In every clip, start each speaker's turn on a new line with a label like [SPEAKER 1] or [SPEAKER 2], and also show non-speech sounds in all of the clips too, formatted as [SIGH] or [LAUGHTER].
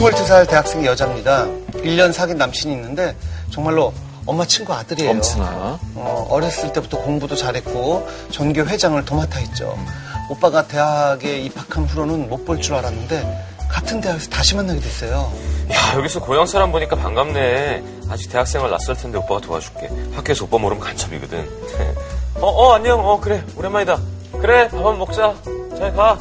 [SPEAKER 1] 22살 대학생 여자입니다. 1년 사귄 남친이 있는데 정말로 엄마 친구 아들이에요.
[SPEAKER 2] 엄친아.
[SPEAKER 1] 어, 어렸을 때부터 공부도 잘했고 전교 회장을 도맡아 했죠. 오빠가 대학에 입학한 후로는 못 볼 줄 알았는데 같은 대학에서 다시 만나게 됐어요.
[SPEAKER 2] 야, 여기서 고향 사람 보니까 반갑네. 아직 대학생활 낯설 텐데 오빠가 도와줄게. 학교에서 오빠 모르면 간첩이거든. [LAUGHS] 어, 어, 안녕. 어, 그래. 오랜만이다. 그래, 밥 한번 먹자. 잘 가.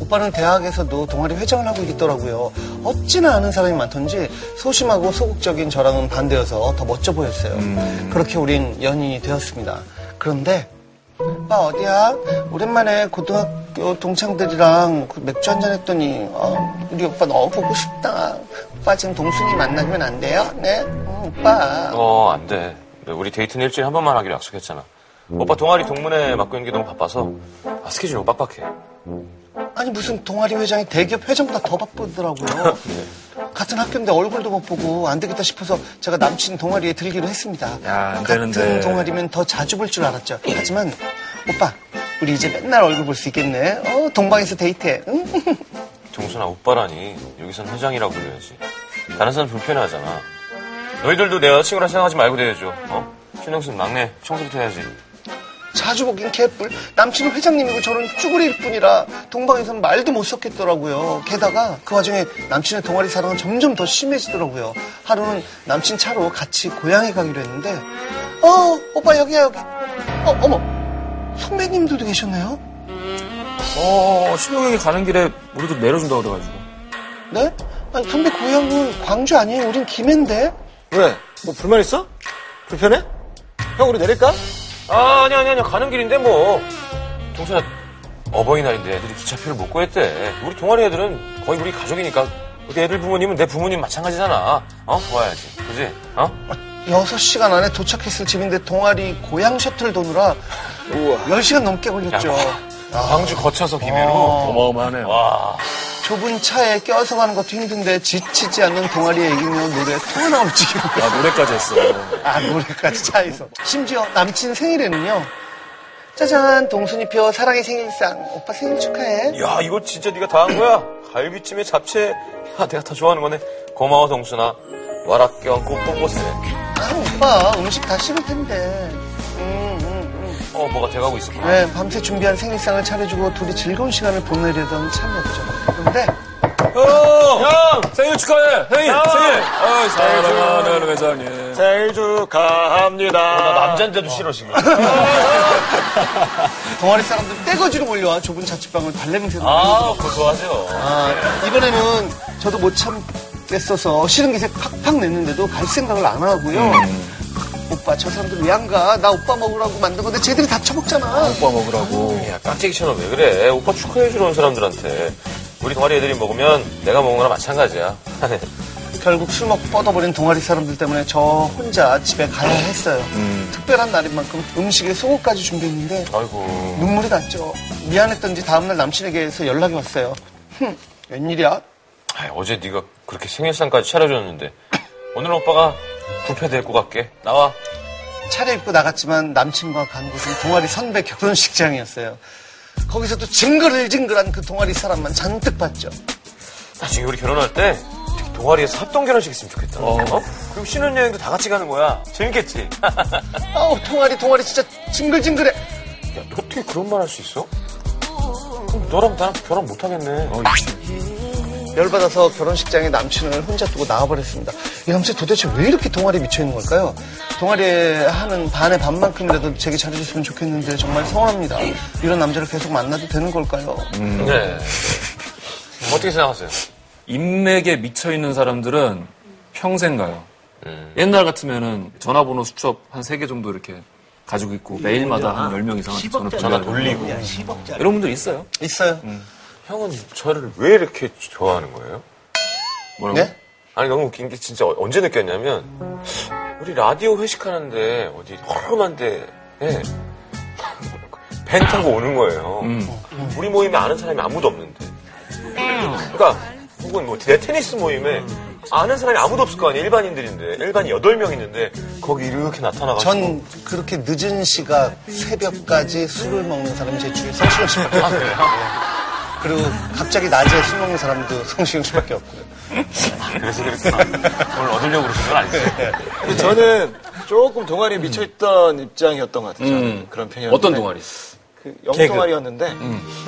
[SPEAKER 1] 오빠는 대학에서도 동아리 회장을 하고 있더라고요. 어찌나 아는 사람이 많던지 소심하고 소극적인 저랑은 반대여서 더 멋져 보였어요. 그렇게 우린 연인이 되었습니다. 그런데 오빠 어디야? 오랜만에 고등학교 동창들이랑 그 맥주 한잔 했더니 아, 우리 오빠 너무 보고 싶다. 오빠 지금 동순이 만나면 안 돼요? 네? 응, 오빠.
[SPEAKER 2] 어, 안 돼. 우리 데이트는 일주일에 한 번만 하기로 약속했잖아. 오빠 동아리 동문회 맡고 있는 게 너무 바빠서 아, 스케줄이 너무 빡빡해.
[SPEAKER 1] 아니 무슨 동아리 회장이 대기업 회장보다 더
[SPEAKER 3] [LAUGHS]
[SPEAKER 1] 바쁘더라고요.
[SPEAKER 3] 네.
[SPEAKER 1] 같은 학교인데 얼굴도 못 보고 안 되겠다 싶어서 제가 남친 동아리에 들기로 했습니다.
[SPEAKER 3] 야, 안
[SPEAKER 1] 같은
[SPEAKER 3] 되는데.
[SPEAKER 1] 동아리면 더 자주 볼 줄 알았죠. 하지만 오빠 우리 이제 맨날 얼굴 볼 수 있겠네. 어 동방에서 데이트해. 응?
[SPEAKER 2] 정순아, 오빠라니. 여기선 회장이라고 불려야지. 다른 사람 불편해하잖아. 너희들도 내 여자친구라 생각하지 말고 대해줘. 어? 신영순 막내 청소부터 해야지.
[SPEAKER 1] 자주 보긴 개뿔. 남친은 회장님이고 저는 쭈구리일 뿐이라 동방에서는 말도 못 섞겠더라고요. 게다가 그 와중에 남친의 동아리 사랑은 점점 더 심해지더라고요. 하루는 남친 차로 같이 고향에 가기로 했는데 어 오빠 여기야 여기. 어 어머 선배님들도 계셨나요?
[SPEAKER 3] 어, 신동형이 가는 길에 우리도 내려준다고 그래가지고.
[SPEAKER 1] 네? 아니 선배 고향은 광주 아니에요? 우린 김해인데.
[SPEAKER 4] 왜? 뭐 불만 있어? 불편해? 형 우리 내릴까?
[SPEAKER 2] 아, 아니, 아니, 아니, 가는 길인데, 뭐. 동선아, 어버이날인데 애들이 기차표를 못 구했대. 우리 동아리 애들은 거의 우리 가족이니까, 우리 애들 부모님은 내 부모님 마찬가지잖아. 어? 도와야지. 그지? 어?
[SPEAKER 1] 6시간 안에 도착했을 집인데 동아리 고향 셔틀 도느라 10시간 넘게 걸렸죠. 아.
[SPEAKER 2] 광주 거쳐서 김해로.
[SPEAKER 1] 어.
[SPEAKER 3] 어마어마하네요. 아,
[SPEAKER 2] 와.
[SPEAKER 1] 좁은 차에 껴서 가는 것도 힘든데 지치지 않는 동아리의 애기며 노래 통나 움직이고
[SPEAKER 3] 아, 노래까지 했어.
[SPEAKER 1] 아 노래까지 차에서 심지어 남친 생일에는요 짜잔 동순이표 사랑의 생일상 오빠 생일 축하해
[SPEAKER 2] 야, 이거 진짜 네가 다 한 거야? 갈비찜에 잡채. 야, 내가 다 좋아하는 거네. 고마워, 동순아. 와락 껴안고 뽀뽀세.
[SPEAKER 1] 아 오빠 음식 다 식을 텐데 음, 음,
[SPEAKER 2] 어, 뭐가 돼가고 있었구나.
[SPEAKER 1] 음. 네, 밤새 준비한 생일상을 차려주고 둘이 즐거운 시간을 보내려던 참이었죠 그런데
[SPEAKER 3] 형!
[SPEAKER 2] 형!
[SPEAKER 3] 생일 축하해! 생일!
[SPEAKER 2] 형!
[SPEAKER 3] 생일! 어이, 사랑하는 회장님.
[SPEAKER 4] 생일 축하합니다.
[SPEAKER 2] 아, 남잔데도 싫어, 지금.
[SPEAKER 1] 동아리 사람들 떼거지로 몰려와 좁은 자취방을 발냄새로
[SPEAKER 2] 아, 그거 좋아하죠.
[SPEAKER 1] 아, 이번에는 저도 못 참겠어서 싫은 기색 팍팍 냈는데도 갈 생각을 안 하고요. 오빠, 저 사람들 왜 안 가? 나 오빠 먹으라고 만든 건데 쟤들이 다 처먹잖아.
[SPEAKER 3] 오빠 먹으라고.
[SPEAKER 2] 야, 깜짝이처럼 왜 그래? 오빠 축하해주러 온 사람들한테. 우리 동아리 애들이 먹으면 내가 먹는 거랑 마찬가지야. [LAUGHS]
[SPEAKER 1] 결국 술 먹고 뻗어버린 동아리 사람들 때문에 저 혼자 집에 가야 했어요. 특별한 날인 만큼 음식에 소고까지 준비했는데
[SPEAKER 2] 아이고.
[SPEAKER 1] 눈물이 났죠. 미안했던지 다음날 남친에게서 연락이 왔어요. 흠, 웬일이야?
[SPEAKER 2] 아이, 어제 네가 그렇게 생일상까지 차려줬는데 오늘 오빠가 부패 데리고 갈게. 나와.
[SPEAKER 1] 차려입고 나갔지만 남친과 간 곳은 동아리 선배 결혼식장이었어요. 거기서도 징글징글한 그 동아리 사람만 잔뜩 봤죠.
[SPEAKER 2] 나중에 우리 결혼할 때 동아리에서 합동 결혼식 했으면 좋겠다. 어? 그리고 신혼여행도 다 같이 가는 거야. 재밌겠지? [LAUGHS] 야,
[SPEAKER 1] 아우 동아리 동아리 진짜 징글징글해.
[SPEAKER 2] 너 어떻게 그런 말 할 수 있어? 그럼 너랑 나랑 결혼 못하겠네.
[SPEAKER 1] 열받아서 결혼식장에 남친을 혼자 두고 나와버렸습니다. 이 남친 도대체 왜 이렇게 동아리에 미쳐있는 걸까요? 동아리에 하는 반의 반만큼이라도 제게 잘해줬으면 좋겠는데 정말 서운합니다. 이런 남자를 계속 만나도 되는 걸까요?
[SPEAKER 2] 네. 어떻게 생각하세요?
[SPEAKER 3] 인맥에 미쳐있는 사람들은 평생 가요.
[SPEAKER 4] 음.
[SPEAKER 3] 옛날 같으면은 전화번호 수첩 한 세 개 정도 이렇게 가지고 있고 매일마다 한 열 명 이상 전화, 전화 돌리고. 이런 분들 있어요.
[SPEAKER 1] 있어요.
[SPEAKER 2] 형은 저를 왜 이렇게 좋아하는 거예요?
[SPEAKER 3] 뭐라고?
[SPEAKER 1] 네?
[SPEAKER 2] 아니 너무 웃긴 게 진짜 어- 언제 느꼈냐면 우리 라디오 회식하는데 어디 허름한 데에 밴 타고 오는 거예요. 우리 모임에 아는 사람이 아무도 없는데. 그러니까 혹은 뭐 내 테니스 모임에 아는 사람이 아무도 없을 거 아니에요. 일반인들인데 일반인 8명 있는데 거기 이렇게 나타나가지고
[SPEAKER 1] 전 그렇게 늦은 시각 새벽까지 술을 먹는 사람이 제 주위에 성시경 아, 씨밖에 없어요. 그리고 갑자기 낮에 술 먹는 사람도 성시경 씨밖에 없고요.
[SPEAKER 2] 그래서 그랬구나. 오늘 얻으려고 그러신 건 아니지.
[SPEAKER 4] 근데 저는 조금 동아리에 미쳐있던 입장이었던 것 같아요. 저는 그런 편이었는데.
[SPEAKER 3] 음. 어떤 동아리? 음.
[SPEAKER 4] 그 영동아리였는데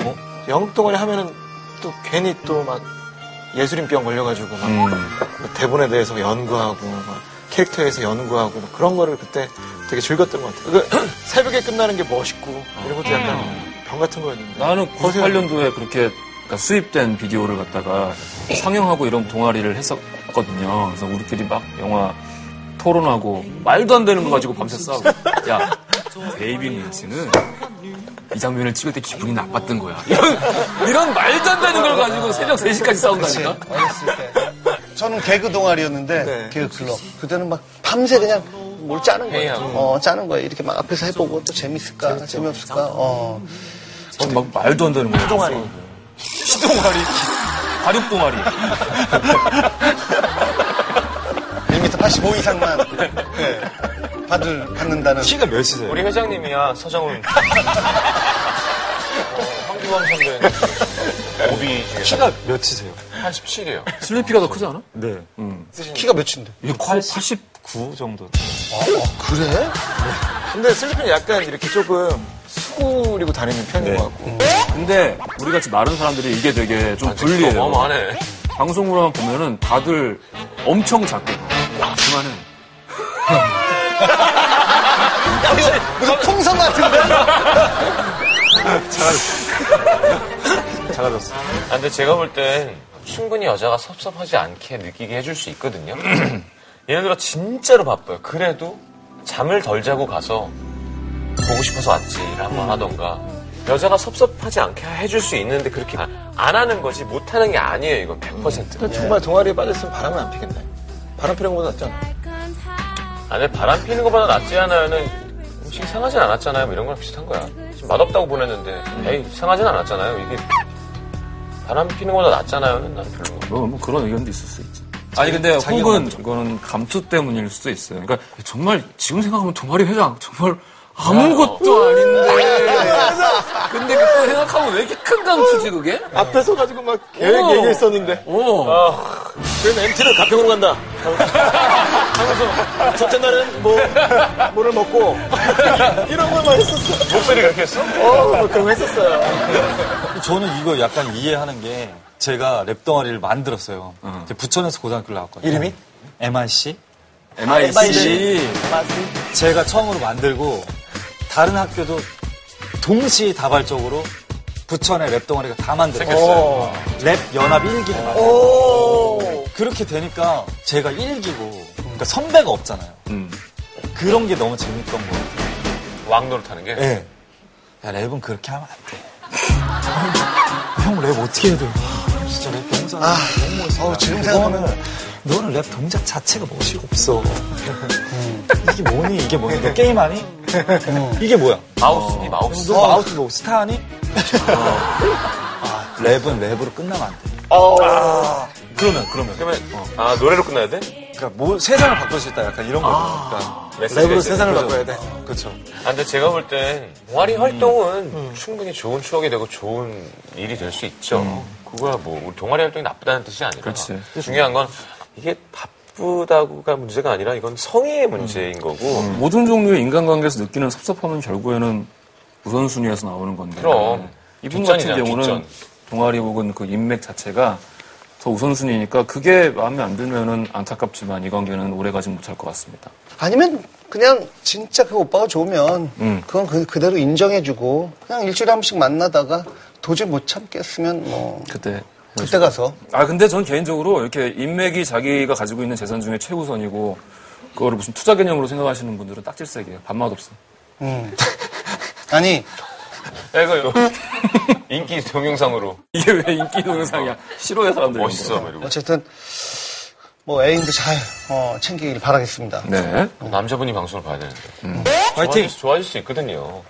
[SPEAKER 4] 뭐 영동아리 하면은 또 괜히 또 막 예술인병 걸려가지고
[SPEAKER 3] 음.
[SPEAKER 4] 막뭐 대본에 대해서 연구하고 막 캐릭터에서 연구하고 막 그런 거를 그때 되게 즐겼던 것 같아요. 그 [COUGHS] 새벽에 끝나는 게 멋있고 이런 것도 약간 병 같은 거였는데
[SPEAKER 3] 음. 나는
[SPEAKER 4] 거세요.
[SPEAKER 3] 98년도에 그렇게 그러니까 수입된 비디오를 갖다가 상영하고 이런 동아리를 했었거든요. 그래서 우리끼리 막 영화 토론하고 말도 안 되는 거 가지고 밤새 싸우고. 야, 데이비 민치는 이 장면을 찍을 때 기분이 나빴던 거야. [LAUGHS] 이런, 이런 말도 안 되는 걸 가지고 새벽 3시까지 싸운다니까?
[SPEAKER 1] 어렸을 때. 저는 개그 동아리였는데
[SPEAKER 4] 네.
[SPEAKER 1] 개그 클럽. 그때는 막 밤새 그냥 뭘 짜는 거예요.
[SPEAKER 2] 회의하고.
[SPEAKER 1] 어, 짜는 거예요. 이렇게 막 앞에서 해보고 또 재밌을까, 재미없을까. 어.
[SPEAKER 3] 저는 막 말도 안 되는 거야.
[SPEAKER 4] 동아리.
[SPEAKER 3] 시동아리. 과륙 동아리.
[SPEAKER 1] 1m 85 이상만 [LAUGHS] 네, 받을 받는다는.
[SPEAKER 4] 키가 몇이세요?
[SPEAKER 2] 네. 우리 회장님이야, 서정훈. 어, 황기범 선배님. 오비 중에서
[SPEAKER 4] 키가 몇이세요?
[SPEAKER 2] 87이에요.
[SPEAKER 3] 슬리피가 더 크지 않아?
[SPEAKER 4] 네.
[SPEAKER 1] 키가 몇인데?
[SPEAKER 3] 이거 80.
[SPEAKER 4] 9 정도.
[SPEAKER 1] 어, 그래?
[SPEAKER 4] 근데 슬리피는 약간 이렇게 조금 수그리고 다니는 편인
[SPEAKER 3] 네.
[SPEAKER 4] 것 같고
[SPEAKER 3] 근데 우리 같이 마른 사람들이 이게 되게 좀
[SPEAKER 2] 분리
[SPEAKER 3] 불리해요.
[SPEAKER 2] 아, 어마어마하네. 아,
[SPEAKER 3] 방송으로만 보면은 다들 엄청 작고 그만은
[SPEAKER 1] 무슨 풍선 같은데?
[SPEAKER 4] 작아졌어.
[SPEAKER 2] 아, 근데 제가 볼 땐 충분히 여자가 섭섭하지 않게 느끼게 해줄 수 있거든요. [CLEARS THROAT] 예를 들어 진짜로 바빠요. 그래도 잠을 덜 자고 가서 보고 싶어서 왔지를
[SPEAKER 4] 음.
[SPEAKER 2] 한번 하던가 여자가 섭섭하지 않게 해줄 수 있는데 그렇게 안 하는 거지 못하는 게 아니에요. 이건 100%.
[SPEAKER 4] 정말 동아리에 빠졌으면 바람은 안 피겠네. 바람 피는 것보다 낫잖아.
[SPEAKER 2] 안에 바람 피는 것보다 낫지 않아요는 음식 상하진 않았잖아요. 뭐 이런 거랑 비슷한 거야. 지금 맛없다고 보냈는데
[SPEAKER 4] 음.
[SPEAKER 2] 에이 상하진 않았잖아요. 이게 바람 피는 것보다 낫잖아요는 난 별로.
[SPEAKER 3] 뭐, 뭐 그런 의견도 있을 수 있지. 아니 근데 혹은 이거는 감투 때문일 수도 있어요. 그러니까 정말 지금 생각하면 동아리 회장 정말 아무것도 아닌데. 근데 그때 생각하면 왜 이렇게 큰 감투지 그게?
[SPEAKER 4] 앞에 서가지고 막 계획
[SPEAKER 3] 어.
[SPEAKER 4] 얘기했었는데
[SPEAKER 3] 어.
[SPEAKER 4] 그럼 MT를 가평으로 간다 하면서 첫째 날은 뭐 뭐를 [LAUGHS] 먹고 이런 걸만 했었어
[SPEAKER 2] 목소리 그렇게 했어?
[SPEAKER 4] 어막 그런 거 했었어요
[SPEAKER 5] 저는 이거 약간 이해하는 게 제가 랩 동아리를 만들었어요. 제가 부천에서 고등학교를 나왔거든요.
[SPEAKER 4] 이름이?
[SPEAKER 5] MIC.
[SPEAKER 3] MIC.
[SPEAKER 5] 제가 처음으로 만들고 다른 학교도 동시다발적으로 부천의 랩 동아리가 다 만들었어요.
[SPEAKER 4] 어.
[SPEAKER 5] 랩 연합 1기를 만들었어요.
[SPEAKER 4] 오.
[SPEAKER 5] 그렇게 되니까 제가 1기고 그러니까 선배가 없잖아요.
[SPEAKER 3] 음.
[SPEAKER 5] 그런 게 너무 재밌던 거 같아요.
[SPEAKER 2] 왕노릇 하는 게?
[SPEAKER 5] 예. 야, 랩은 그렇게 하면 안 돼. [LAUGHS] 형 랩 어떻게 해야 돼? 아, 진짜 랩 동작 너무 멋있어.
[SPEAKER 1] 어우, 지금
[SPEAKER 5] 그거는 너는 랩 동작 자체가 멋이가 없어. 이게 뭐니? 이게 뭐니? 너 게임하니? 이게 뭐야?
[SPEAKER 2] 마우스니 마우스.
[SPEAKER 5] 너 마우스 뭐 스타하니? 어. 아, 랩은 랩으로 끝나면 안 돼. 그러면 그러면
[SPEAKER 2] 그러면 아 노래로 끝나야 돼?
[SPEAKER 5] 그러니까 뭐 세상을 바꿀 수 있다 약간 이런 거. 아. 그러니까
[SPEAKER 2] 메시지가
[SPEAKER 4] 랩으로
[SPEAKER 2] 있어야
[SPEAKER 4] 세상을
[SPEAKER 2] 돼.
[SPEAKER 4] 바꿔야 돼
[SPEAKER 5] 그렇죠.
[SPEAKER 2] 아, 근데 제가 볼 땐 동아리 활동은 충분히 좋은 추억이 되고 좋은 일이 될 수 있죠. 그거야 뭐 우리 동아리 활동이 나쁘다는 뜻이 아니라
[SPEAKER 3] 그렇지.
[SPEAKER 2] 중요한 건 이게 바쁘다고가 문제가 아니라 이건 성의의 문제인 거고
[SPEAKER 3] 모든 종류의 인간관계에서 느끼는 섭섭함은 결국에는 우선순위에서 나오는 건데. 네.
[SPEAKER 2] 그럼.
[SPEAKER 3] 이분 같은
[SPEAKER 2] 뒷전이잖아,
[SPEAKER 3] 경우는
[SPEAKER 2] 뒷전.
[SPEAKER 3] 동아리 혹은 그 인맥 자체가 더 우선순위니까 그게 마음에 안 들면은 안타깝지만 이 관계는 오래가지 못할 것 같습니다.
[SPEAKER 1] 아니면 그냥 진짜 그 오빠가 좋으면
[SPEAKER 3] 음.
[SPEAKER 1] 그건 그, 그대로 인정해주고 그냥 일주일에 한 번씩 만나다가 도저히 못 참겠으면 뭐
[SPEAKER 3] 그때.
[SPEAKER 1] 그때 가서
[SPEAKER 3] 아 근데 전 개인적으로 이렇게 인맥이 자기가 가지고 있는 재산 중에 최우선이고 그거를 무슨 투자 개념으로 생각하시는 분들은 딱질색이에요. 밥맛 없어.
[SPEAKER 1] 음. 아니
[SPEAKER 2] 야, 이거 [LAUGHS] 이거 인기 동영상으로
[SPEAKER 3] [LAUGHS] 이게 왜 인기 동영상이야? 싫어해 사람들이.
[SPEAKER 2] 멋있어 막 이러고
[SPEAKER 1] 어쨌든 뭐 애인도 잘 어, 챙기길 바라겠습니다.
[SPEAKER 3] 네.
[SPEAKER 2] 남자분이 방송을 봐야 되는데
[SPEAKER 5] 화이팅.
[SPEAKER 2] 좋아질, 수- 좋아질 수 있거든요